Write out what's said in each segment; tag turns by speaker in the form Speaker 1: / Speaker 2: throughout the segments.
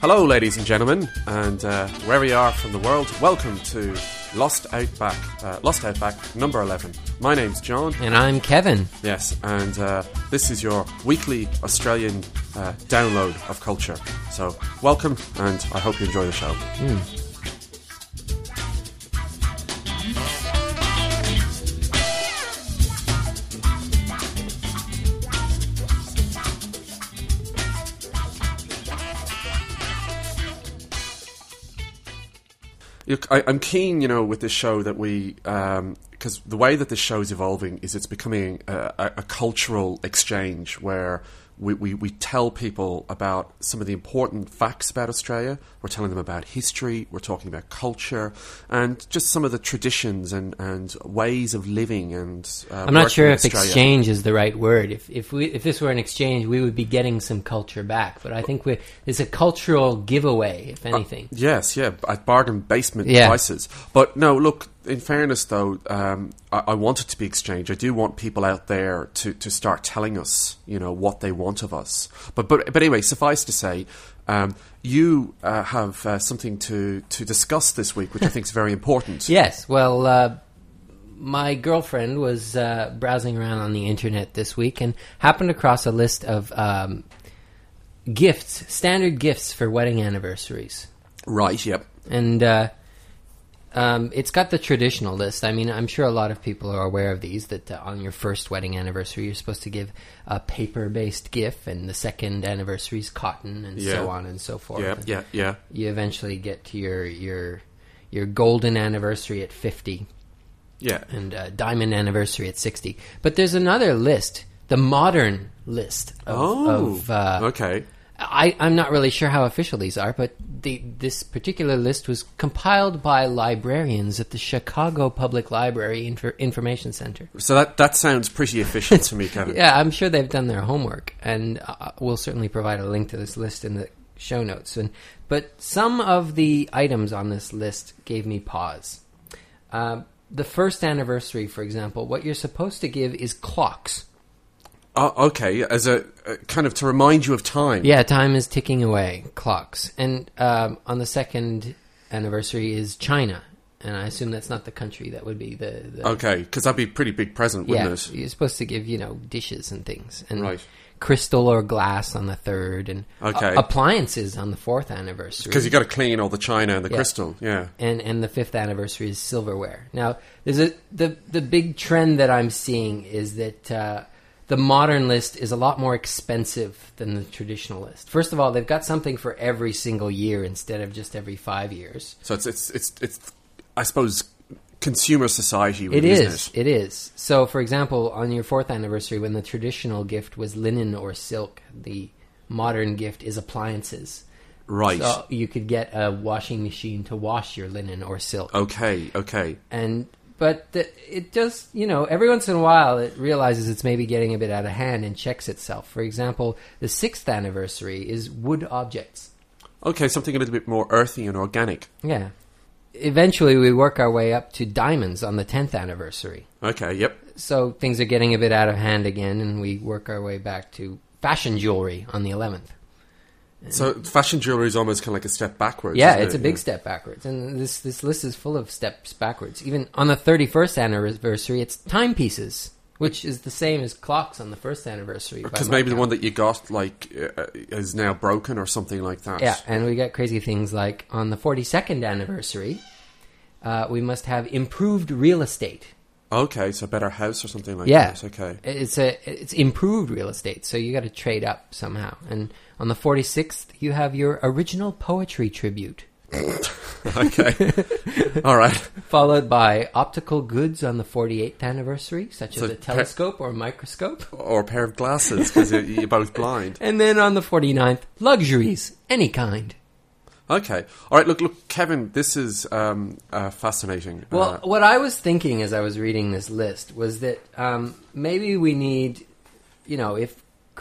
Speaker 1: Hello, ladies and gentlemen, and uh, wherever you are from the world, welcome to Lost Outback, uh, Lost Outback number 11. My name's John,
Speaker 2: And I'm Kevin.
Speaker 1: yes, and uh, this is your weekly Australian uh, download of culture. So, welcome, and I hope you enjoy the show. Look, I, I'm keen, you know, with this show that we, because the way that this show is evolving is it's becoming a, a, a cultural exchange where we, we, we tell people about some of the important facts about Australia. We're telling them about history. We're talking about culture and just some of the traditions and, and ways of living. And uh,
Speaker 2: I'm not
Speaker 1: working
Speaker 2: sure
Speaker 1: in
Speaker 2: if
Speaker 1: Australia.
Speaker 2: exchange is the right word. If if we if this were an exchange, we would be getting some culture back. But I think we it's a cultural giveaway,
Speaker 1: Uh,
Speaker 2: if anything.
Speaker 1: Yes, yeah, at bargain basement
Speaker 2: Yeah.
Speaker 1: prices. But no, look. In fairness, though, um, I, I want it to be exchange. I do want people out there to, to start telling us, you know, what they want of us. But but but anyway, suffice to say, um, you uh, have uh, something to to discuss this week, which I think is very important.
Speaker 2: Yes. Well, uh, my girlfriend was uh, browsing around on the internet this week and happened across a list of um, gifts, standard gifts for wedding anniversaries.
Speaker 1: Right. Yep.
Speaker 2: and uh, um, it's got the traditional list. I mean, I'm sure a lot of people are aware of these. That uh, on your first wedding anniversary, you're supposed to give a paper-based gift, and the second anniversary is cotton, and
Speaker 1: Yeah.
Speaker 2: so on and so forth.
Speaker 1: Yeah.
Speaker 2: And
Speaker 1: Yeah. Yeah.
Speaker 2: You eventually get to your your your golden anniversary at 50,
Speaker 1: Yeah.
Speaker 2: and uh, diamond anniversary at 60. But there's another list, the modern list. Of,
Speaker 1: Oh.
Speaker 2: of, uh,
Speaker 1: okay.
Speaker 2: I, I'm not really sure how official these are, but the, this particular list was compiled by librarians at the Chicago Public Library Infor- Information Center.
Speaker 1: So that that sounds pretty efficient to me, Kevin.
Speaker 2: Yeah, I'm sure they've done their homework, and uh, we'll certainly provide a link to this list in the show notes. And but some of the items on this list gave me pause. Uh, the first anniversary, for example, what you're supposed to give is clocks.
Speaker 1: Oh, okay. As a uh, kind of to remind you of time.
Speaker 2: Yeah, time is ticking away. Clocks. And um, on the second anniversary is China. And I assume that's not the country. That would be the. the
Speaker 1: Okay, because that'd be a pretty big present, wouldn't
Speaker 2: yeah,
Speaker 1: it?
Speaker 2: you're supposed to give you know dishes and things and
Speaker 1: Right.
Speaker 2: crystal or glass on the third and
Speaker 1: Okay.
Speaker 2: a- appliances on the fourth anniversary.
Speaker 1: Because you got to clean all the china and the
Speaker 2: Yeah.
Speaker 1: crystal. Yeah.
Speaker 2: and and the fifth anniversary is silverware. Now, there's a the the big trend that I'm seeing is that uh, the modern list is a lot more expensive than the traditional list. First of all, they've got something for every single year instead of just every five years.
Speaker 1: So it's it's it's it's I suppose consumer society.
Speaker 2: It
Speaker 1: Really,
Speaker 2: is.
Speaker 1: Isn't it?
Speaker 2: It is. So, for example, on your fourth anniversary, when the traditional gift was linen or silk, the modern gift is appliances.
Speaker 1: Right.
Speaker 2: So you could get a washing machine to wash your linen or silk.
Speaker 1: Okay. Okay.
Speaker 2: and but the, it just you know every once in a while it realizes it's maybe getting a bit out of hand and checks itself for example the sixth anniversary is wood objects
Speaker 1: Okay. Something a little bit more earthy and organic.
Speaker 2: yeah eventually we work our way up to diamonds on the 10th anniversary
Speaker 1: Okay. Yep.
Speaker 2: so things are getting a bit out of hand again and we work our way back to fashion jewelry on the 11th
Speaker 1: So fashion jewelry is almost kind of like a step backwards.
Speaker 2: yeah
Speaker 1: isn't
Speaker 2: it's
Speaker 1: it?
Speaker 2: a big step backwards and this this list is full of steps backwards even on the 31st anniversary it's timepieces which is the same as clocks on the first anniversary by
Speaker 1: Because
Speaker 2: my
Speaker 1: maybe the
Speaker 2: count.
Speaker 1: one that you got like uh, uh, is now broken or something like that.
Speaker 2: yeah and we got crazy things like on the 42nd anniversary uh, we must have improved real estate
Speaker 1: Okay. So better house or something like
Speaker 2: yeah
Speaker 1: that. Okay.
Speaker 2: it's a it's improved real estate so you got to trade up somehow and on the 46th you have your original poetry tribute
Speaker 1: okay. all right.
Speaker 2: followed by optical goods on the 48th anniversary, such
Speaker 1: So
Speaker 2: as a
Speaker 1: pe-
Speaker 2: telescope or a microscope.
Speaker 1: Or a pair of glasses because you're both blind.
Speaker 2: And then on the 49th, luxuries, any kind.
Speaker 1: Okay. All right. Look, look, Kevin. This is um, uh, fascinating.
Speaker 2: Well,
Speaker 1: Uh,
Speaker 2: what I was thinking as I was reading this list was that um, maybe we need, you know, if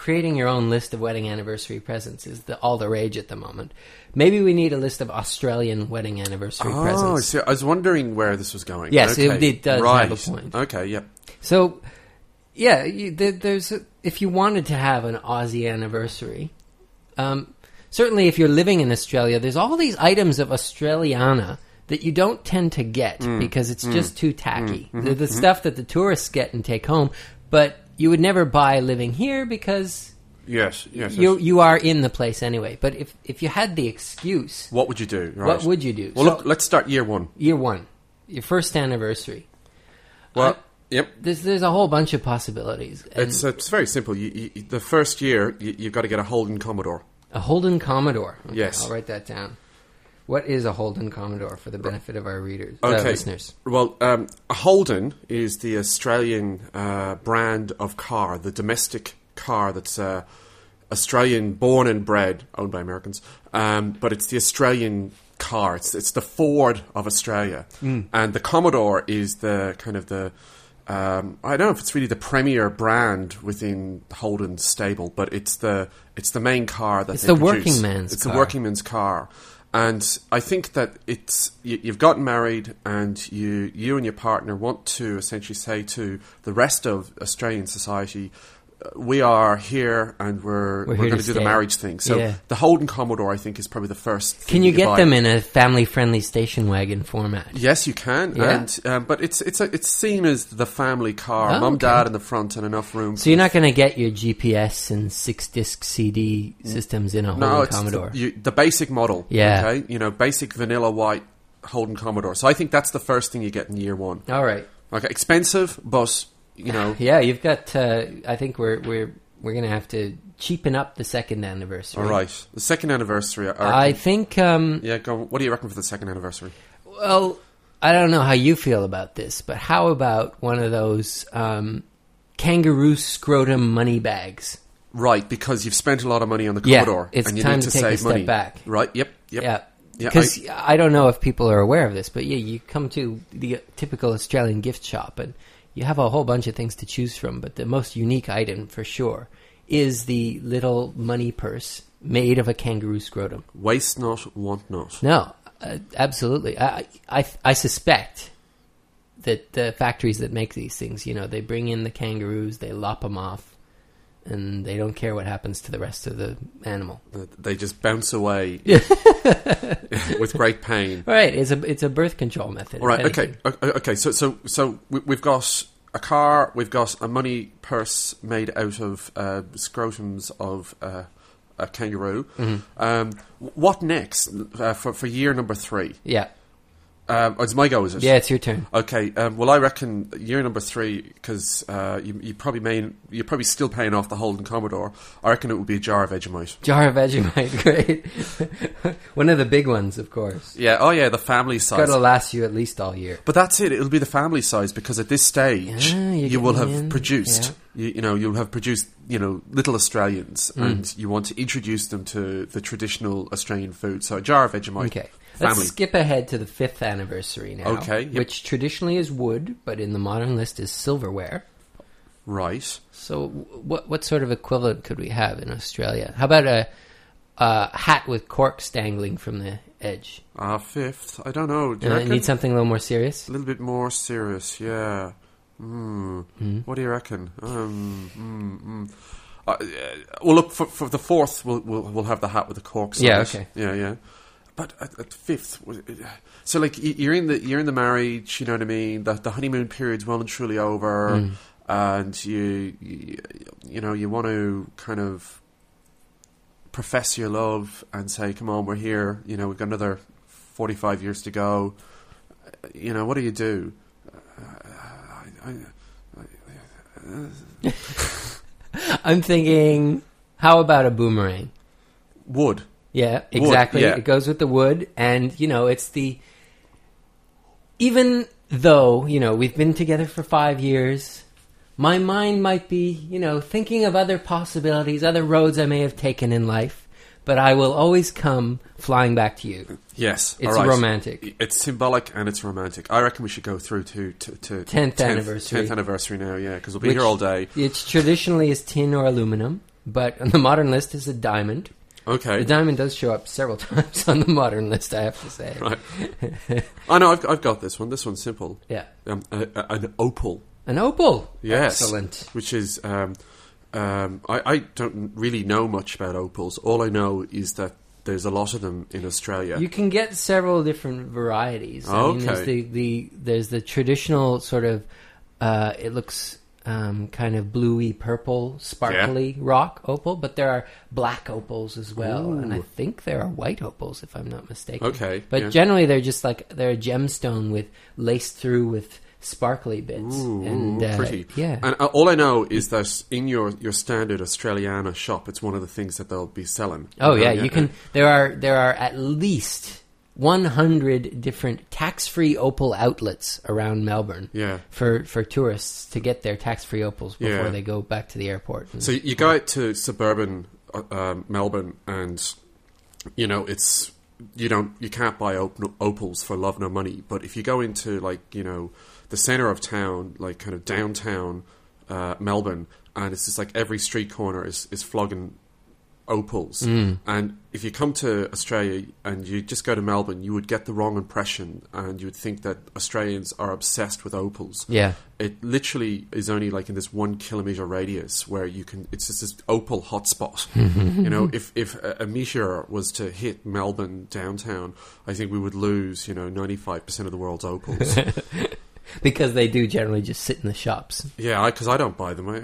Speaker 2: creating your own list of wedding anniversary presents is the, all the rage at the moment, maybe we need a list of Australian wedding anniversary
Speaker 1: oh,
Speaker 2: presents.
Speaker 1: so I was wondering where this was going.
Speaker 2: Yes, it-
Speaker 1: Okay.
Speaker 2: it does have
Speaker 1: right.
Speaker 2: a point.
Speaker 1: Okay. Yep.
Speaker 2: So, yeah, you, there, there's a, if you wanted to have an Aussie anniversary, um, certainly if you're living in Australia, there's all these items of Australiana that you don't tend to get
Speaker 1: Mm.
Speaker 2: because it's just too tacky.
Speaker 1: Mm-hmm.
Speaker 2: the the stuff that the tourists get and take home, but you would never buy living here because
Speaker 3: Yes, yes.
Speaker 2: you you are in the place anyway. But if if you had the excuse,
Speaker 1: What would you do? Right.
Speaker 2: what would you do?
Speaker 1: Well,
Speaker 2: So-
Speaker 1: look, let's start year one.
Speaker 2: year one, your first anniversary.
Speaker 1: Well,
Speaker 2: I-
Speaker 1: yep.
Speaker 2: There's there's a whole bunch of possibilities. And
Speaker 1: It's it's very simple. You, you, you- the first year, you, you've got to get a Holden Commodore.
Speaker 2: a Holden Commodore. Okay,
Speaker 1: Yes.
Speaker 2: I'll write that down. What is a Holden Commodore for the benefit of our readers, uh,
Speaker 1: Okay.
Speaker 2: listeners?
Speaker 1: Well, um, a Holden is the Australian uh, brand of car, the domestic car that's uh, Australian born and bred, owned by Americans. Um, but it's the Australian car. It's it's the Ford of Australia, and the Commodore is the kind of the. Um, I don't know if it's really the premier brand within Holden's stable, but it's the it's the main car that
Speaker 2: It's
Speaker 1: they
Speaker 2: the
Speaker 1: produce.
Speaker 2: working man's
Speaker 1: It's
Speaker 2: car.
Speaker 1: the working Kingman's car. And I think that it's you, you've gotten married, and you you and your partner want to essentially say to the rest of Australian society, uh, we are here, and we're
Speaker 2: We're
Speaker 1: we're,
Speaker 2: here
Speaker 1: going
Speaker 2: to
Speaker 1: to do the
Speaker 2: stay.
Speaker 1: marriage thing. So
Speaker 2: Yeah.
Speaker 1: the Holden Commodore, I think, is probably the first. Thing
Speaker 2: Can you
Speaker 1: that
Speaker 2: get
Speaker 1: buy.
Speaker 2: them in a family-friendly station wagon format?
Speaker 1: Yes, you can,
Speaker 2: Yeah.
Speaker 1: and um, but it's it's a, it's seen as the family car,
Speaker 2: Oh,
Speaker 1: mum,
Speaker 2: okay.
Speaker 1: dad in the front, and enough room.
Speaker 2: So you're not going to get your GPS and six-disc CD systems in a Holden
Speaker 1: no, it's
Speaker 2: Commodore.
Speaker 1: The, you, the basic model.
Speaker 2: Yeah.
Speaker 1: okay, you know, basic vanilla white Holden Commodore. So I think that's the first thing you get in year one.
Speaker 2: All right.
Speaker 1: Okay, expensive, but you know,
Speaker 2: Yeah, you've got. Uh, I think we're we're we're going to have to cheapen up the second anniversary.
Speaker 1: all right. The second anniversary. I reckon-
Speaker 2: I think. Um,
Speaker 1: yeah, go. on. What do you reckon for the second anniversary?
Speaker 2: Well, I don't know how you feel about this, but how about one of those um, kangaroo scrotum money bags?
Speaker 1: Right, because you've spent a lot of money on the
Speaker 2: Yeah,
Speaker 1: Commodore,
Speaker 2: it's
Speaker 1: and you
Speaker 2: time
Speaker 1: need
Speaker 2: to
Speaker 1: to,
Speaker 2: take a
Speaker 1: save
Speaker 2: step
Speaker 1: money.
Speaker 2: back.
Speaker 1: Right. Yep. Yep.
Speaker 2: Yeah.
Speaker 1: Yeah,
Speaker 2: Because I, don't know if people are aware of this, but yeah, you come to the typical Australian gift shop and you have a whole bunch of things to choose from, but the most unique item for sure is the little money purse made of a kangaroo scrotum.
Speaker 1: Waste not, want not.
Speaker 2: No, uh, absolutely. I, I I suspect that the factories that make these things, you know, they bring in the kangaroos, they lop them off, and they don't care what happens to the rest of the animal.
Speaker 1: Uh, They just bounce away with great pain.
Speaker 2: All right, it's a it's a birth control method. if
Speaker 1: All right.
Speaker 2: anything.
Speaker 1: Okay. o- Okay. So so so we- we've got a car. We've got a money purse made out of uh, scrotums of. Uh, a kangaroo.
Speaker 2: Mm-hmm.
Speaker 1: Um, w- what next uh, for, for year number three?
Speaker 2: Yeah,
Speaker 1: Um, it's my go, is it?
Speaker 2: yeah, it's your turn.
Speaker 1: Okay. Um, well, I reckon year number three because uh, you, you probably main, you're probably still paying off the Holden Commodore. I reckon it would be a jar of Vegemite.
Speaker 2: Jar of Vegemite, great. One of the big ones, of course.
Speaker 1: Yeah. Oh, yeah. The family size.
Speaker 2: Gotta last you at least all year.
Speaker 1: But that's it. It'll be the family size because at this stage
Speaker 2: Ah, you're
Speaker 1: you will
Speaker 2: getting
Speaker 1: have
Speaker 2: in,
Speaker 1: produced. You, you know, you'll have produced. You know, little Australians,
Speaker 2: Mm.
Speaker 1: and you want to introduce them to the traditional Australian food. So a jar of Vegemite.
Speaker 2: Okay. Let's
Speaker 1: Family.
Speaker 2: skip ahead to the fifth anniversary now.
Speaker 1: Okay, yep.
Speaker 2: Which traditionally is wood, but in the modern list is silverware.
Speaker 1: Right.
Speaker 2: So, wh- what what sort of equivalent could we have in Australia? How about a, a hat with corks dangling from the edge?
Speaker 1: Ah, fifth. I don't know. Do you
Speaker 2: And I
Speaker 1: reckon?
Speaker 2: need something a little more serious.
Speaker 1: A little bit more serious, yeah. Mm.
Speaker 2: Hmm.
Speaker 1: What do you reckon? Um, mm, mm. Uh, uh, well, look for, for the fourth. We'll, we'll we'll have the hat with the corks. on
Speaker 2: Yeah,
Speaker 1: it.
Speaker 2: okay.
Speaker 1: Yeah, yeah. But at, at fifth, was it- so like y- you're in the you're in the marriage. You know what I mean. The, the honeymoon period's well and truly over, and you, you you know you want to kind of profess your love and say, "Come on, we're here." You know, we've got another forty-five years to go. Uh, You know, what do you do? Uh, I, I,
Speaker 2: I'm thinking, how about a boomerang?
Speaker 1: wood.
Speaker 2: Yeah, exactly.
Speaker 1: yeah.
Speaker 2: It goes with the wood, and you know, it's the even though you know we've been together for five years. My mind might be, you know, thinking of other possibilities, other roads I may have taken in life, but I will always come flying back to you.
Speaker 1: Yes,
Speaker 2: It's
Speaker 1: all right.
Speaker 2: romantic.
Speaker 1: It's symbolic and it's romantic. I reckon we should go through to to, to
Speaker 2: Tenth anniversary.
Speaker 1: Tenth anniversary now, yeah, because we'll be
Speaker 2: Which-
Speaker 1: here all day.
Speaker 2: It's traditionally is tin or aluminum, but on the modern list is a diamond.
Speaker 1: Okay,
Speaker 2: The diamond does show up several times on the modern list, I have to say.
Speaker 1: right. I know. Oh, I've, I've got this one. This one's simple.
Speaker 2: Yeah.
Speaker 1: Um, a, a- an opal.
Speaker 2: An opal.
Speaker 1: Yes,
Speaker 2: Excellent.
Speaker 1: Which is um, Um, I, I don't really know much about opals. All I know is that there's a lot of them in Australia.
Speaker 2: You can get several different varieties. I mean, there's
Speaker 1: Okay.
Speaker 2: the, the there's the traditional sort of uh, it looks um, kind of bluey purple, sparkly rock opal, but there are black opals as well, and I
Speaker 1: Ooh.
Speaker 2: think there are white opals if I'm not mistaken.
Speaker 1: Okay,
Speaker 2: but
Speaker 1: yeah.
Speaker 2: generally they're just like they're a gemstone with laced through with sparkly bits
Speaker 1: Ooh,
Speaker 2: and
Speaker 1: ooh,
Speaker 2: uh,
Speaker 1: pretty.
Speaker 2: yeah.
Speaker 1: And uh, all I know is that in your, your standard Australiana shop, it's one of the things that they'll be selling. Uh,
Speaker 2: Oh yeah,
Speaker 1: yeah,
Speaker 2: you can. There are there are at least 100 different tax-free opal outlets around Melbourne.
Speaker 1: Yeah.
Speaker 2: For for tourists to get their tax-free opals before
Speaker 1: Yeah.
Speaker 2: they go back to the airport. And-
Speaker 1: So you go out to suburban uh, um, Melbourne, and you know it's you don't you can't buy op- opals for love no money. But if you go into like you know the center of town, like kind of downtown uh, Melbourne, and it's just like every street corner is is flogging opals. And if you come to Australia and you just go to Melbourne, you would get the wrong impression, and you would think that Australians are obsessed with opals
Speaker 2: yeah.
Speaker 1: it literally is only like in this one kilometer radius where you can it's just this opal hotspot you know if if a, a meteor was to hit melbourne downtown i think we would lose you know 95% of the world's opals
Speaker 2: Because they do generally just sit in the shops.
Speaker 1: yeah because I, don't buy them I,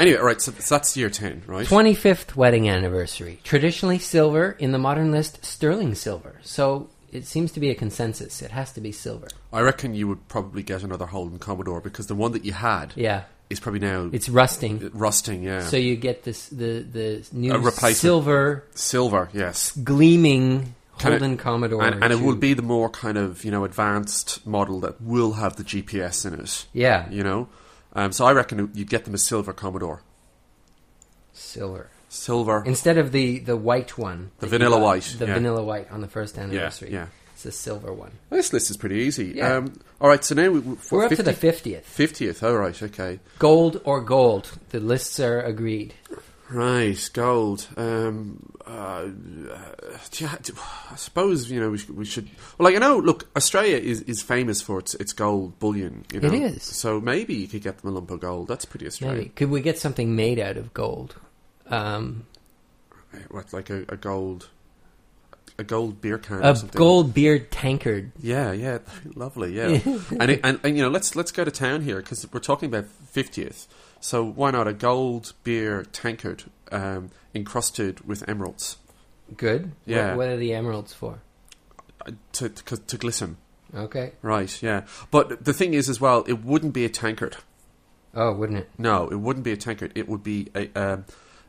Speaker 1: anyway all right so, so that's year 10 right
Speaker 2: 25th wedding anniversary. Traditionally silver in the modern list sterling silver. So it seems to be a consensus. It has to be silver.
Speaker 1: i reckon you would probably get another holden commodore because the one that you had
Speaker 2: Yeah.
Speaker 1: is probably now
Speaker 2: It's rusting.
Speaker 1: rusting yeah
Speaker 2: So you get this the the
Speaker 1: A
Speaker 2: new
Speaker 1: replacement.
Speaker 2: silver
Speaker 1: silver yes
Speaker 2: gleaming
Speaker 1: Kind of-
Speaker 2: Holden Commodore,
Speaker 1: and, and it
Speaker 2: too.
Speaker 1: will be the more kind of you know advanced model that will have the GPS in it.
Speaker 2: Yeah.
Speaker 1: you know, um, so I reckon you get them a silver Commodore,
Speaker 2: silver
Speaker 1: silver.
Speaker 2: instead of the the white one,
Speaker 1: The
Speaker 2: that you
Speaker 1: vanilla
Speaker 2: got,
Speaker 1: white,
Speaker 2: the
Speaker 1: yeah.
Speaker 2: vanilla white on the first anniversary.
Speaker 1: yeah.
Speaker 2: it's the silver one.
Speaker 1: this list is pretty easy.
Speaker 2: Yeah.
Speaker 1: Um, all right, so now we,
Speaker 2: We're up to the fiftieth.
Speaker 1: fiftieth. All right, okay,
Speaker 2: Gold or gold? The lists are agreed.
Speaker 1: right, gold. Um, uh, uh, do you ha- do- I suppose you know we should, we should. Well, like you know, look, Australia is, is famous for its its gold bullion. You know?
Speaker 2: It is.
Speaker 1: So maybe you could get them a lump of gold. That's pretty Australian.
Speaker 2: Maybe could we get something made out of gold? Um,
Speaker 1: What, like a, a gold, a gold beer can, or
Speaker 2: a
Speaker 1: something.
Speaker 2: gold beard tankard.
Speaker 1: Yeah, yeah, lovely. Yeah, and, it, and and you know, let's let's go to town here because we're talking about fiftieth. So why not a gold beer tankard um, encrusted with emeralds
Speaker 2: Good.
Speaker 1: Yeah.
Speaker 2: What, what are the emeralds for?
Speaker 1: uh, to, to to glisten?
Speaker 2: Okay.
Speaker 1: Right. Yeah. But the thing is, as well, it wouldn't be a tankard.
Speaker 2: Oh, wouldn't it?
Speaker 1: No, it wouldn't be a tankard. It would be a um,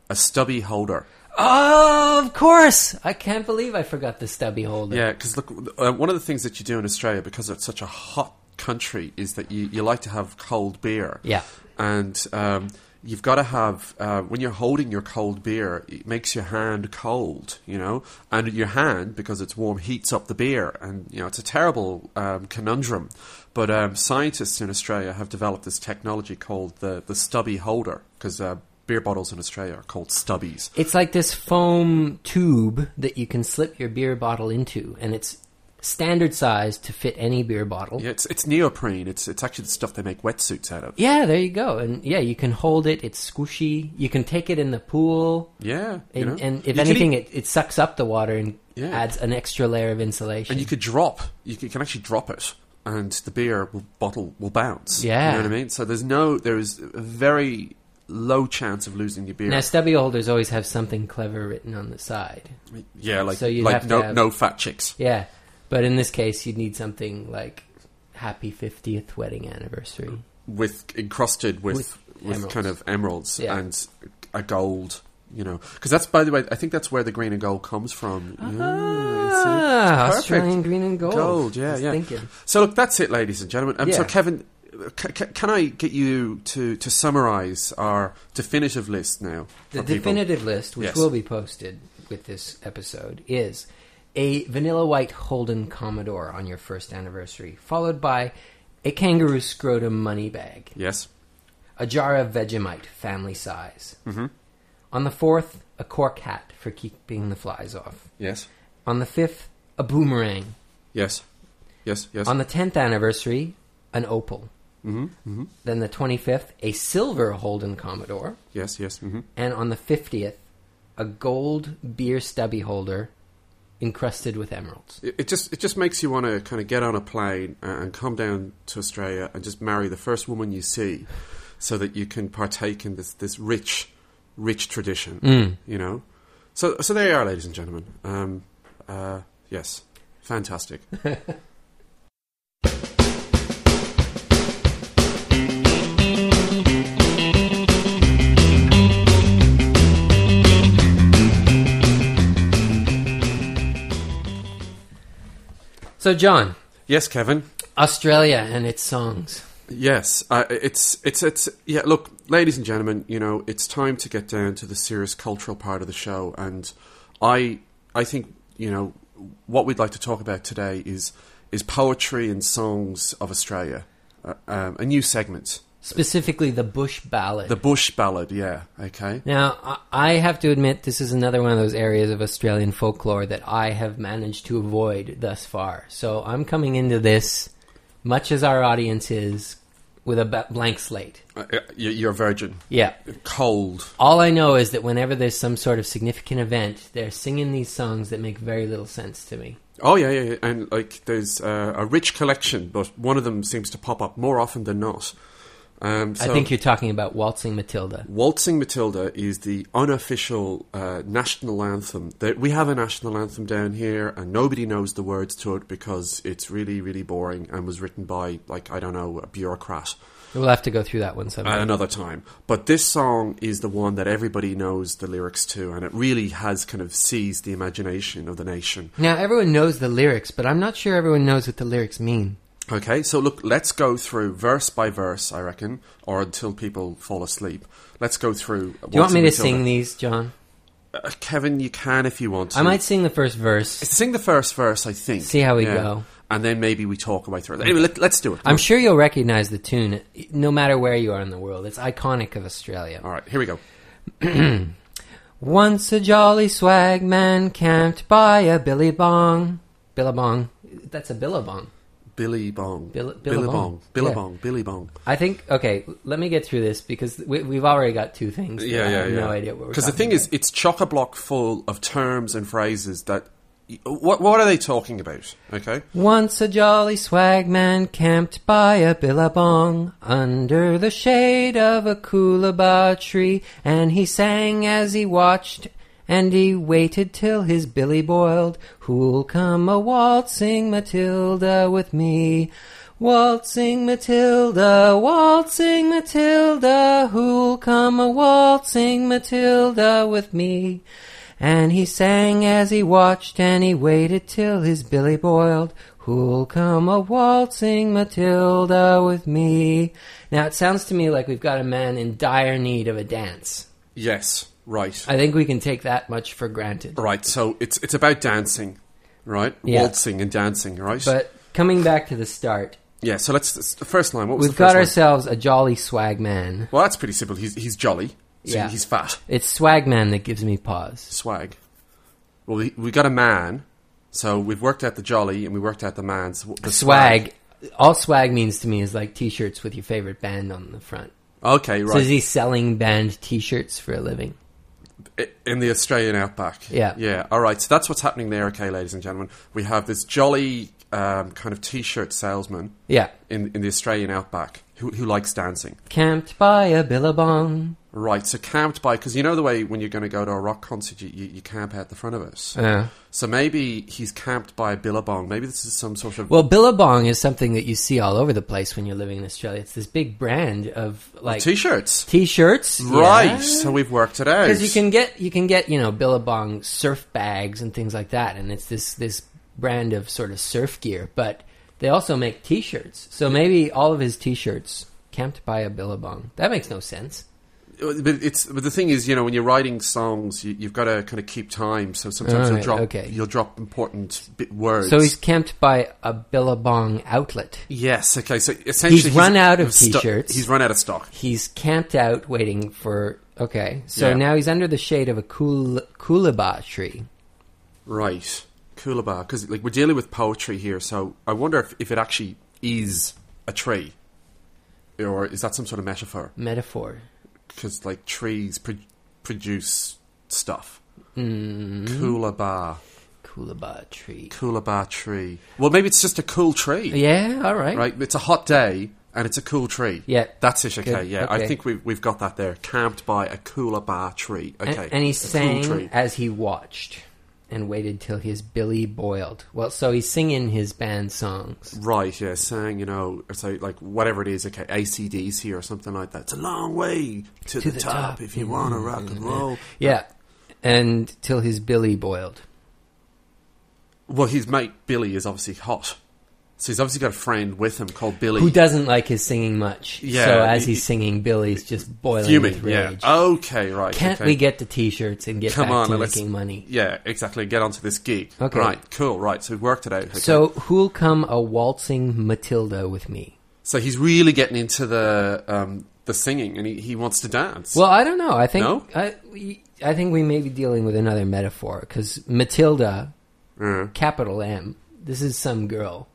Speaker 1: a stubby holder.
Speaker 2: Oh, of course! I can't believe I forgot the stubby holder.
Speaker 1: Yeah, because look, uh, one of the things that you do in Australia, because it's such a hot country, is that you, you like to have cold beer.
Speaker 2: Yeah.
Speaker 1: And um, you've got to have, uh, when you're holding your cold beer, it makes your hand cold, you know? And your hand, because it's warm, heats up the beer. And, you know, it's a terrible um, conundrum. But um, scientists in Australia have developed this technology called the, the stubby holder, because uh, beer bottles in Australia are called stubbies.
Speaker 2: It's like this foam tube that you can slip your beer bottle into, and it's standard size to fit any beer bottle.
Speaker 1: Yeah, it's, it's neoprene. It's, it's actually the stuff they make wetsuits out of.
Speaker 2: Yeah, there you go. And yeah, you can hold it. It's squishy. You can take it in the pool,
Speaker 1: Yeah,
Speaker 2: and,
Speaker 1: you know?
Speaker 2: and if
Speaker 1: You could
Speaker 2: anything,
Speaker 1: e-
Speaker 2: it, it sucks up the water and
Speaker 1: Yeah.
Speaker 2: adds an extra layer of insulation.
Speaker 1: and you could drop, you can, you can actually drop it, and the beer will, bottle will bounce.
Speaker 2: Yeah.
Speaker 1: you know what I mean. So there's no, there is a very low chance of losing your beer.
Speaker 2: now, stubby holders always have something clever written on the side.
Speaker 1: yeah, like
Speaker 2: so you'd
Speaker 1: like
Speaker 2: have to
Speaker 1: no
Speaker 2: have-
Speaker 1: no fat chicks.
Speaker 2: Yeah, but in this case, you'd need something like "Happy 50th Wedding Anniversary."
Speaker 1: with encrusted with
Speaker 2: With
Speaker 1: with, kind of emeralds
Speaker 2: Yeah.
Speaker 1: and a gold. You know, because that's by the way, I think that's where the green and gold comes from.
Speaker 2: Ah,
Speaker 1: Yeah, it's- it's perfect.
Speaker 2: Australian green and gold.
Speaker 1: Gold,
Speaker 2: I
Speaker 1: yeah,
Speaker 2: was
Speaker 1: yeah.
Speaker 2: Thinking.
Speaker 1: So look, that's it, ladies and gentlemen. Um, So
Speaker 2: Yeah.
Speaker 1: Kevin, c- c- can I get you to to summarise our definitive list now?
Speaker 2: The
Speaker 1: for people?
Speaker 2: definitive list, which
Speaker 1: Yes.
Speaker 2: will be posted with this episode, is a vanilla white Holden Commodore on your first anniversary, followed by a kangaroo scrotum money bag,
Speaker 1: Yes.
Speaker 2: a jar of Vegemite, family size. Mm-hmm. On the fourth, a cork hat for keeping the flies off.
Speaker 1: Yes.
Speaker 2: On the fifth, a boomerang.
Speaker 1: Yes. Yes. Yes.
Speaker 2: On the tenth anniversary, an opal. Then the 25th, a silver Holden Commodore.
Speaker 1: Yes, yes. hmm
Speaker 2: And on the 50th, a gold beer stubby holder encrusted with emeralds.
Speaker 1: It, it just it just makes you want to kind of get on a plane uh, and come down to Australia and just marry the first woman you see, so that you can partake in this this rich, rich tradition.
Speaker 2: Mm.
Speaker 1: You know, so so there you are, ladies and gentlemen. Um, uh, yes, fantastic.
Speaker 2: So, John,
Speaker 1: yes, Kevin.
Speaker 2: Australia and its songs.
Speaker 1: Yes, uh, it's it's it's yeah. Look, ladies and gentlemen, you know it's time to get down to the serious cultural part of the show, and I I think you know what we'd like to talk about today is is poetry and songs of Australia, uh, um, a new segment,
Speaker 2: Specifically, the Bush Ballad.
Speaker 1: the Bush Ballad. Yeah, okay.
Speaker 2: Now, I I have to admit, this is another one of those areas of Australian folklore that I have managed to avoid thus far. So I'm coming into this, much as our audience is, with a ba- blank slate.
Speaker 1: Uh, uh, you- you're a virgin,
Speaker 2: Yeah.
Speaker 1: cold.
Speaker 2: All I know is that whenever there's some sort of significant event, they're singing these songs that make very little sense to me.
Speaker 1: Oh yeah, yeah, yeah. and like there's uh, a rich collection, but one of them seems to pop up more often than not. Um,
Speaker 2: I
Speaker 1: so-
Speaker 2: think you're talking about Waltzing Matilda.
Speaker 1: Waltzing Matilda is the unofficial uh, national anthem. There- We have a national anthem down here, and nobody knows the words to it because it's really, really boring and was written by, like, I don't know, a bureaucrat
Speaker 2: We'll have to go through that one sometime.
Speaker 1: at another time. But this song is the one that everybody knows the lyrics to, and it really has kind of seized the imagination of the nation.
Speaker 2: Now, everyone knows the lyrics, but I'm not sure everyone knows what the lyrics mean.
Speaker 1: Okay, so look, let's go through verse by verse, I reckon, or until people fall asleep. Let's go through.
Speaker 2: Do you want me to sing these, John?
Speaker 1: Uh, Kevin, you can if you want to.
Speaker 2: I might sing the first verse.
Speaker 1: Sing the first verse, I think.
Speaker 2: See how we go.
Speaker 1: And then maybe we talk about through. Anyway, let, let's do it.
Speaker 2: I'm sure you'll recognize the tune no matter where you are in the world. It's iconic of Australia.
Speaker 1: All right, here we go.
Speaker 2: Once a jolly swagman camped by a billabong. Billabong. That's a billabong.
Speaker 1: Billy Bong.
Speaker 2: Bill- Billabong.
Speaker 1: Billabong. Billabong. Billy Bong.
Speaker 2: I think, okay, let me get through this because we, we've already got two things. that
Speaker 1: Yeah,
Speaker 2: I
Speaker 1: yeah,
Speaker 2: have
Speaker 1: yeah.
Speaker 2: no idea what we're
Speaker 1: Because the
Speaker 2: talking
Speaker 1: thing is, it's chock a block full of terms and phrases that. What, what are they talking about? Okay.
Speaker 2: about. Once a jolly swagman camped by a billabong under the shade of a coolabah tree, and he sang as he watched. And he waited till his billy boiled. Who'll come a waltzing Matilda with me? Waltzing Matilda, waltzing Matilda, who'll come a waltzing Matilda with me? And he sang as he watched, and he waited till his billy boiled. Who'll come a waltzing Matilda with me? Now it sounds to me like we've got a man in dire need of a dance.
Speaker 1: Yes. Right.
Speaker 2: I think we can take that much for granted.
Speaker 1: right. So it's it's about dancing, right?
Speaker 2: Yeah.
Speaker 1: Waltzing and dancing, right?
Speaker 2: But coming back to the start,
Speaker 1: yeah. So let's s- the first line. What was the
Speaker 2: we've
Speaker 1: first
Speaker 2: got
Speaker 1: line?
Speaker 2: ourselves a jolly swag man.
Speaker 1: well, that's pretty simple. He's he's jolly. So
Speaker 2: Yeah.
Speaker 1: He's fat.
Speaker 2: It's swag man that gives me pause.
Speaker 1: swag. Well, we, we got a man, so we've worked out the jolly and we worked out the man. So the
Speaker 2: Swag. All swag means to me is like t-shirts with your favorite band on the front.
Speaker 1: Okay,
Speaker 2: So is
Speaker 1: right.
Speaker 2: he selling band t-shirts for a living?
Speaker 1: I- In the Australian outback.
Speaker 2: Yeah.
Speaker 1: Yeah. All right. So that's what's happening there. Okay, ladies and gentlemen, we have this jolly um, kind of t-shirt salesman
Speaker 2: Yeah.
Speaker 1: in in the Australian outback who who likes dancing.
Speaker 2: Camped by a billabong.
Speaker 1: Right. So camped by because you know the way when you're going to go to a rock concert, you, you, you camp out the front of us.
Speaker 2: Uh,
Speaker 1: so maybe he's camped by a billabong. Maybe this is some sort of
Speaker 2: well, billabong is something that you see all over the place when you're living in Australia. It's this big brand of like
Speaker 1: t-shirts.
Speaker 2: t-shirts,
Speaker 1: Right. So we've worked it out.
Speaker 2: Because you can get you can get you know billabong surf bags and things like that, and it's this this brand of sort of surf gear. But they also make t-shirts. So maybe all of his t-shirts camped by a billabong. That makes no sense.
Speaker 1: But it's but the thing is, you know, when you're writing songs, you, you've got to kind of keep time. So sometimes you'll
Speaker 2: Alright,
Speaker 1: drop
Speaker 2: okay.
Speaker 1: you'll drop important bit words.
Speaker 2: So he's camped by a billabong outlet.
Speaker 1: yes, okay. So essentially,
Speaker 2: run out of
Speaker 1: sto-
Speaker 2: t-shirts.
Speaker 1: he's run out of stock.
Speaker 2: he's camped out waiting for okay so
Speaker 1: Yeah.
Speaker 2: now he's under the shade of a cool coolabah tree
Speaker 1: Right, Coolabah. Because like we're dealing with poetry here, so I wonder if, if it actually is a tree. or is that some sort of metaphor?
Speaker 2: Metaphor.
Speaker 1: Because like trees pro- produce stuff.
Speaker 2: Mm,
Speaker 1: Coolabah,
Speaker 2: Coolabah tree.
Speaker 1: coolabah tree. Well, maybe it's just a cool tree,
Speaker 2: Yeah, all right.
Speaker 1: right? It's a hot day and it's a cool tree.
Speaker 2: Yeah.
Speaker 1: That's it, okay.
Speaker 2: Good,
Speaker 1: Yeah,
Speaker 2: okay.
Speaker 1: I think we've we've got that there. Camped by a coolabah tree. Okay,
Speaker 2: And, and he
Speaker 1: a cool
Speaker 2: sang
Speaker 1: tree.
Speaker 2: as he watched and waited till his billy boiled. Well, so he's singing his band songs.
Speaker 1: Right, yeah, saying, you know, so like whatever it is, okay, ACDC or something like that. It's a long way to, the,
Speaker 2: the
Speaker 1: top,
Speaker 2: top. Mm,
Speaker 1: if you want to rock and roll.
Speaker 2: Yeah. And till his billy boiled.
Speaker 1: Well, his mate Billy is obviously hot. So he's obviously got a friend with him called Billy.
Speaker 2: Who doesn't like his singing much?
Speaker 1: Yeah,
Speaker 2: so as
Speaker 1: he-
Speaker 2: he's singing, Billy's just boiling with
Speaker 1: Fuming, yeah.
Speaker 2: rage.
Speaker 1: Okay, right.
Speaker 2: Can't
Speaker 1: okay.
Speaker 2: we get the T-shirts and get
Speaker 1: Come
Speaker 2: back
Speaker 1: on,
Speaker 2: to
Speaker 1: let's-
Speaker 2: making money?
Speaker 1: Yeah, exactly. Get onto this gig.
Speaker 2: Okay.
Speaker 1: Right, cool, right. So we've worked it out. Okay.
Speaker 2: So who'll come a waltzing Matilda with me?
Speaker 1: So he's really getting into the um, the singing and he, he wants to dance.
Speaker 2: Well, I don't know. I think
Speaker 1: No?
Speaker 2: I, we- I think we may be dealing with another metaphor because Matilda,
Speaker 1: Yeah.
Speaker 2: capital M, this is some girl,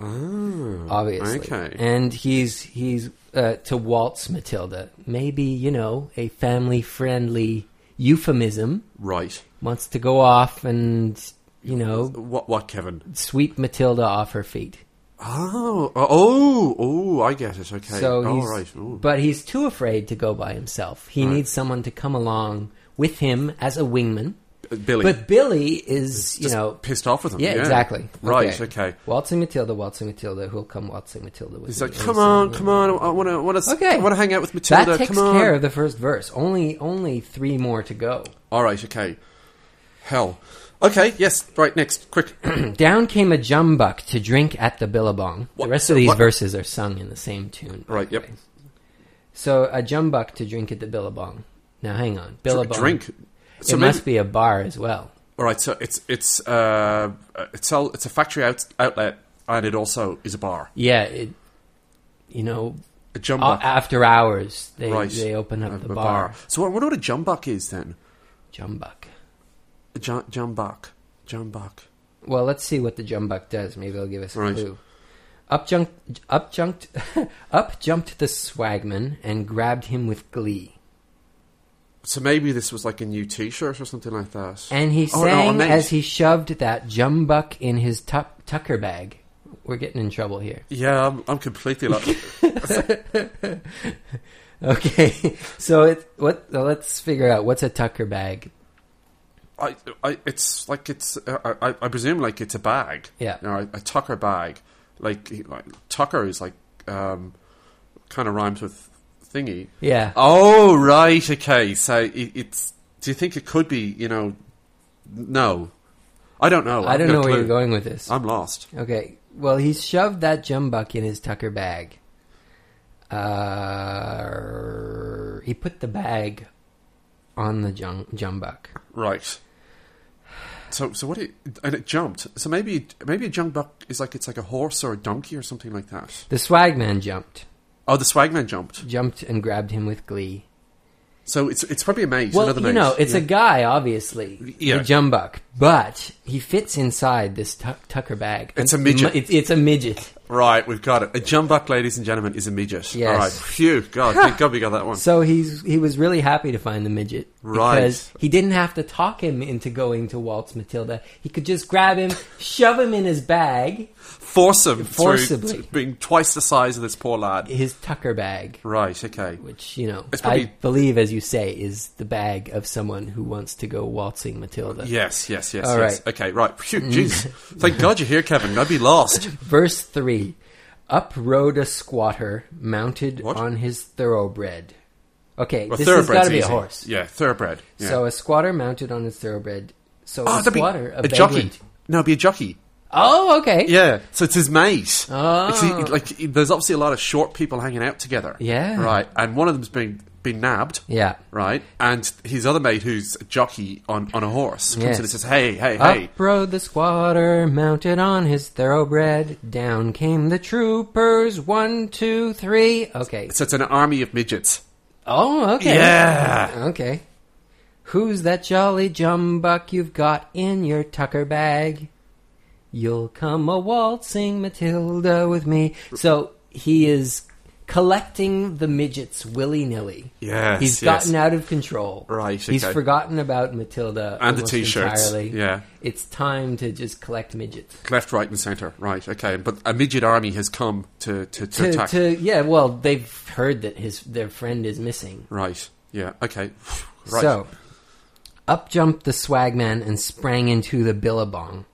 Speaker 1: Oh,
Speaker 2: obviously,
Speaker 1: Okay.
Speaker 2: and he's he's uh, to waltz Matilda. Maybe you know a family friendly euphemism
Speaker 1: right.
Speaker 2: wants to go off and you know
Speaker 1: What, what, Kevin?
Speaker 2: sweep Matilda off her feet.
Speaker 1: Oh, oh, oh! I get it. Okay,
Speaker 2: So
Speaker 1: all
Speaker 2: he's,
Speaker 1: right. Ooh.
Speaker 2: but he's too afraid to go by himself. He needs someone to come along with him as a wingman.
Speaker 1: Uh, Billy,
Speaker 2: But Billy is, you
Speaker 1: Just
Speaker 2: know,
Speaker 1: pissed off with him.
Speaker 2: yeah, exactly.
Speaker 1: Right. Okay.
Speaker 2: Waltzing Matilda, waltzing Matilda. Who'll come waltzing Matilda with?
Speaker 1: He's
Speaker 2: me?
Speaker 1: like,
Speaker 2: And
Speaker 1: come
Speaker 2: he's
Speaker 1: on,
Speaker 2: like,
Speaker 1: come on. I want to, want to,
Speaker 2: Okay.
Speaker 1: I want to hang out with
Speaker 2: That
Speaker 1: Matilda.
Speaker 2: takes
Speaker 1: Come on.
Speaker 2: care of the first verse. Only, only three more to go.
Speaker 1: All right. Okay. Hell. Okay. Yes. Right. Next. Quick.
Speaker 2: Down came a jumbuck to drink at the billabong.
Speaker 1: What?
Speaker 2: The rest of these
Speaker 1: What?
Speaker 2: verses are sung in the same tune. by
Speaker 1: Right,
Speaker 2: the
Speaker 1: yep.
Speaker 2: way. So a jumbuck to drink at the billabong. Now hang on, billabong.
Speaker 1: Drink. So
Speaker 2: it
Speaker 1: maybe,
Speaker 2: must be a bar as well.
Speaker 1: all right. So it's it's uh it's all it's a factory out, outlet and it also is a bar.
Speaker 2: Yeah, it, you know,
Speaker 1: A jumbuck.
Speaker 2: a- after hours they
Speaker 1: right.
Speaker 2: Oh, they open up
Speaker 1: Uh,
Speaker 2: the bar.
Speaker 1: So I wonder what a jumbuck is then.
Speaker 2: Jumbuck.
Speaker 1: A jum, jumbuck. Jumbuck.
Speaker 2: Well, let's see what the jumbuck does. Maybe they'll give us a
Speaker 1: Right.
Speaker 2: clue. Up jumped, up jumped, up jumped the swagman and grabbed him with glee.
Speaker 1: So maybe this was like a new T-shirt or something like that.
Speaker 2: And he
Speaker 1: Oh, no, I
Speaker 2: sang
Speaker 1: meant-
Speaker 2: as he shoved that jumbuck in his tuck, tucker bag. We're getting in trouble here.
Speaker 1: Yeah, I'm, I'm completely like.
Speaker 2: Okay, so it what? well, Let's figure out what's a tucker bag.
Speaker 1: I, I, it's like it's. Uh, I, I presume like it's a bag.
Speaker 2: Yeah.
Speaker 1: You know, a, a Tucker bag. Like, he- like Tucker is like, um, kind of rhymes with thingy.
Speaker 2: Yeah,
Speaker 1: Oh right, okay. So it, it's. Do you think it could be? You know, no, I don't know.
Speaker 2: I
Speaker 1: I've
Speaker 2: don't
Speaker 1: Oh, no
Speaker 2: know where
Speaker 1: clue.
Speaker 2: you're going with this.
Speaker 1: I'm lost.
Speaker 2: Okay, well, he shoved that jumbuck in his tucker bag. Uh, he put the bag on the jum- jumbuck.
Speaker 1: Right. So, so what? It, and it jumped. So maybe, maybe a jump buck is like it's like a horse or a donkey or something like that.
Speaker 2: The swagman jumped,
Speaker 1: Oh, the swagman jumped.
Speaker 2: jumped and grabbed him with glee.
Speaker 1: So it's it's probably a mate.
Speaker 2: Well,
Speaker 1: another
Speaker 2: you
Speaker 1: mate.
Speaker 2: know, it's
Speaker 1: Yeah.
Speaker 2: a guy, obviously,
Speaker 1: Yeah.
Speaker 2: the jumbuck, but he fits inside this tu- tucker bag.
Speaker 1: It's a midget.
Speaker 2: It's, it's a midget.
Speaker 1: right. We've got it. A jump buck, ladies and gentlemen, is a midget.
Speaker 2: Yes.
Speaker 1: All right. Phew. God, thank God we got that one.
Speaker 2: So he's he was really happy to find the midget
Speaker 1: Right.
Speaker 2: because he didn't have to talk him into going to waltz Matilda. He could just grab him, shove him in his bag,
Speaker 1: Force him
Speaker 2: Forcibly.
Speaker 1: through t- being twice the size of this poor lad.
Speaker 2: his tucker bag,
Speaker 1: Right. Okay.
Speaker 2: which you know
Speaker 1: It's probably-
Speaker 2: I believe, as you say, is the bag of someone who wants to go waltzing Matilda.
Speaker 1: Yes. Yes. Yes.
Speaker 2: All
Speaker 1: yes.
Speaker 2: right. Mm.
Speaker 1: Okay. Right. Phew. Jeez. thank God you're here, Kevin. I'd be lost.
Speaker 2: Verse 3 Up rode a squatter mounted
Speaker 1: What?
Speaker 2: on his thoroughbred. Okay,
Speaker 1: Well,
Speaker 2: this has got
Speaker 1: thoroughbred's
Speaker 2: to be a
Speaker 1: easy.
Speaker 2: horse.
Speaker 1: Yeah. Thoroughbred. Yeah.
Speaker 2: So a squatter mounted on his thoroughbred. So
Speaker 1: Oh,
Speaker 2: a
Speaker 1: that'd be
Speaker 2: squatter, a,
Speaker 1: a jockey.
Speaker 2: vagrant.
Speaker 1: No, it'd be a jockey.
Speaker 2: Oh, okay.
Speaker 1: Yeah, so it's his mate.
Speaker 2: Oh.
Speaker 1: It's- it- like it- there's obviously a lot of short people hanging out together.
Speaker 2: Yeah.
Speaker 1: right. And one of them's been been nabbed.
Speaker 2: Yeah.
Speaker 1: right. And his other mate, who's a jockey on on a horse, comes
Speaker 2: Yes.
Speaker 1: in and says, "Hey, hey, hey."
Speaker 2: Up rode the squatter mounted on his thoroughbred. Down came the troopers. One, two, three. Okay.
Speaker 1: So it's an army of midgets.
Speaker 2: Oh, okay.
Speaker 1: Yeah.
Speaker 2: Okay. Who's that jolly jumbuck you've got in your tucker bag? You'll come a waltzing Matilda with me. So he is collecting the midgets willy nilly.
Speaker 1: Yes,
Speaker 2: he's
Speaker 1: yes.
Speaker 2: gotten out of control.
Speaker 1: Right,
Speaker 2: he's
Speaker 1: okay.
Speaker 2: forgotten about Matilda
Speaker 1: And the
Speaker 2: almost
Speaker 1: t-shirts,
Speaker 2: Entirely.
Speaker 1: yeah.
Speaker 2: it's time to just collect midgets.
Speaker 1: Left, right, and centre. Right, okay. But a midget army has come to, to, to,
Speaker 2: To,
Speaker 1: attack.
Speaker 2: to yeah, well, they've heard that his their friend is missing.
Speaker 1: Right, yeah, okay. Right.
Speaker 2: So, up jumped the swagman and sprang into the billabong.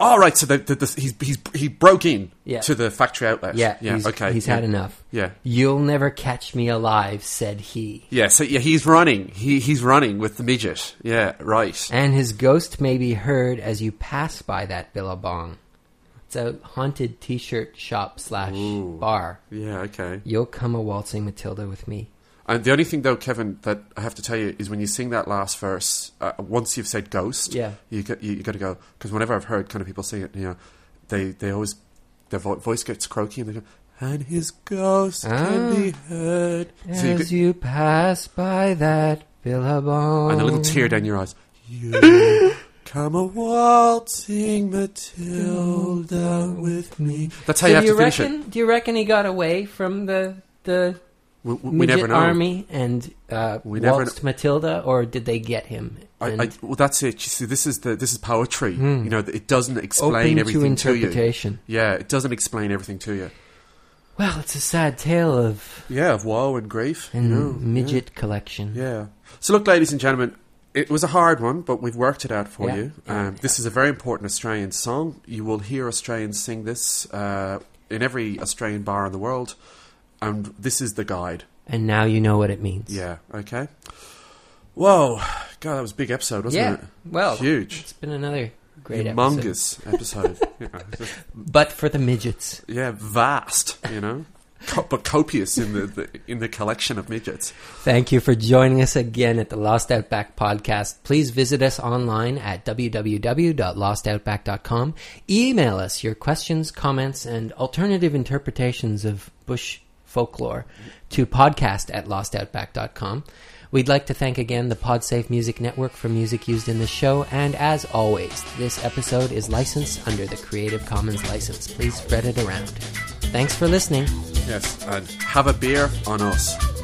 Speaker 1: All Ah, right, so the, the, the, he's, he's, he broke in
Speaker 2: Yeah.
Speaker 1: to the factory outlet.
Speaker 2: Yeah,
Speaker 1: yeah,
Speaker 2: he's,
Speaker 1: okay.
Speaker 2: He's
Speaker 1: yeah.
Speaker 2: had enough.
Speaker 1: Yeah.
Speaker 2: You'll never catch me alive, said he.
Speaker 1: Yeah, so yeah, he's running. He he's running with the midget. Yeah, right.
Speaker 2: And his ghost may be heard as you pass by that billabong. It's a haunted t-shirt shop slash bar.
Speaker 1: Yeah, okay.
Speaker 2: You'll come a waltzing Matilda with me.
Speaker 1: And the only thing though, Kevin, that I have to tell you is when you sing that last verse, uh, once you've said ghost,
Speaker 2: Yeah.
Speaker 1: you go, you, you got to go because whenever I've heard kind of people sing it, you know, they they always their vo- voice gets croaky and they go, and his ghost
Speaker 2: Ah.
Speaker 1: can be heard. So you
Speaker 2: as
Speaker 1: go,
Speaker 2: you pass by that billabong.
Speaker 1: and a little tear down your eyes. Oh. You come a waltzing Matilda with me. That's how
Speaker 2: So
Speaker 1: you have
Speaker 2: do
Speaker 1: to finish
Speaker 2: reckon,
Speaker 1: it.
Speaker 2: Do you reckon he got away from the the
Speaker 1: We, we, we
Speaker 2: midget
Speaker 1: never know.
Speaker 2: army and uh,
Speaker 1: We never
Speaker 2: waltzed Matilda, or did they get him? And Hmm.
Speaker 1: I, I, well, that's it. You see, this is the this is poetry. You know, it doesn't explain
Speaker 2: open to
Speaker 1: everything to, you.
Speaker 2: interpretation.
Speaker 1: Yeah, it doesn't explain everything to you.
Speaker 2: Well, it's a sad tale of
Speaker 1: Yeah, of woe and grief. you
Speaker 2: an
Speaker 1: know,
Speaker 2: midget collection.
Speaker 1: Yeah. yeah. So, look, ladies and gentlemen, it was a hard one, but we've worked it out for
Speaker 2: Yeah,
Speaker 1: you.
Speaker 2: yeah,
Speaker 1: um, This is a very important Australian song. You will hear Australians sing this uh, in every Australian bar in the world, and this is the guide.
Speaker 2: And now you know what it means.
Speaker 1: Yeah. Okay. Whoa, God, that was a big episode, wasn't
Speaker 2: Yeah,
Speaker 1: it?
Speaker 2: well,
Speaker 1: huge,
Speaker 2: It's been another great episode.
Speaker 1: humongous episode. Yeah.
Speaker 2: But for the midgets.
Speaker 1: Yeah, vast, you know, Co- but copious in the, the in the collection of midgets.
Speaker 2: Thank you for joining us again at the Lost Outback podcast. Please visit us online at www.lostoutback.com. Email us your questions, comments, and alternative interpretations of bush folklore to podcast at lostoutback.com. We'd like to thank again the PodSafe Music Network for music used in the show, and as always, this episode is licensed under the Creative Commons license. Please spread it around. Thanks for listening.
Speaker 1: Yes, and have a beer on us.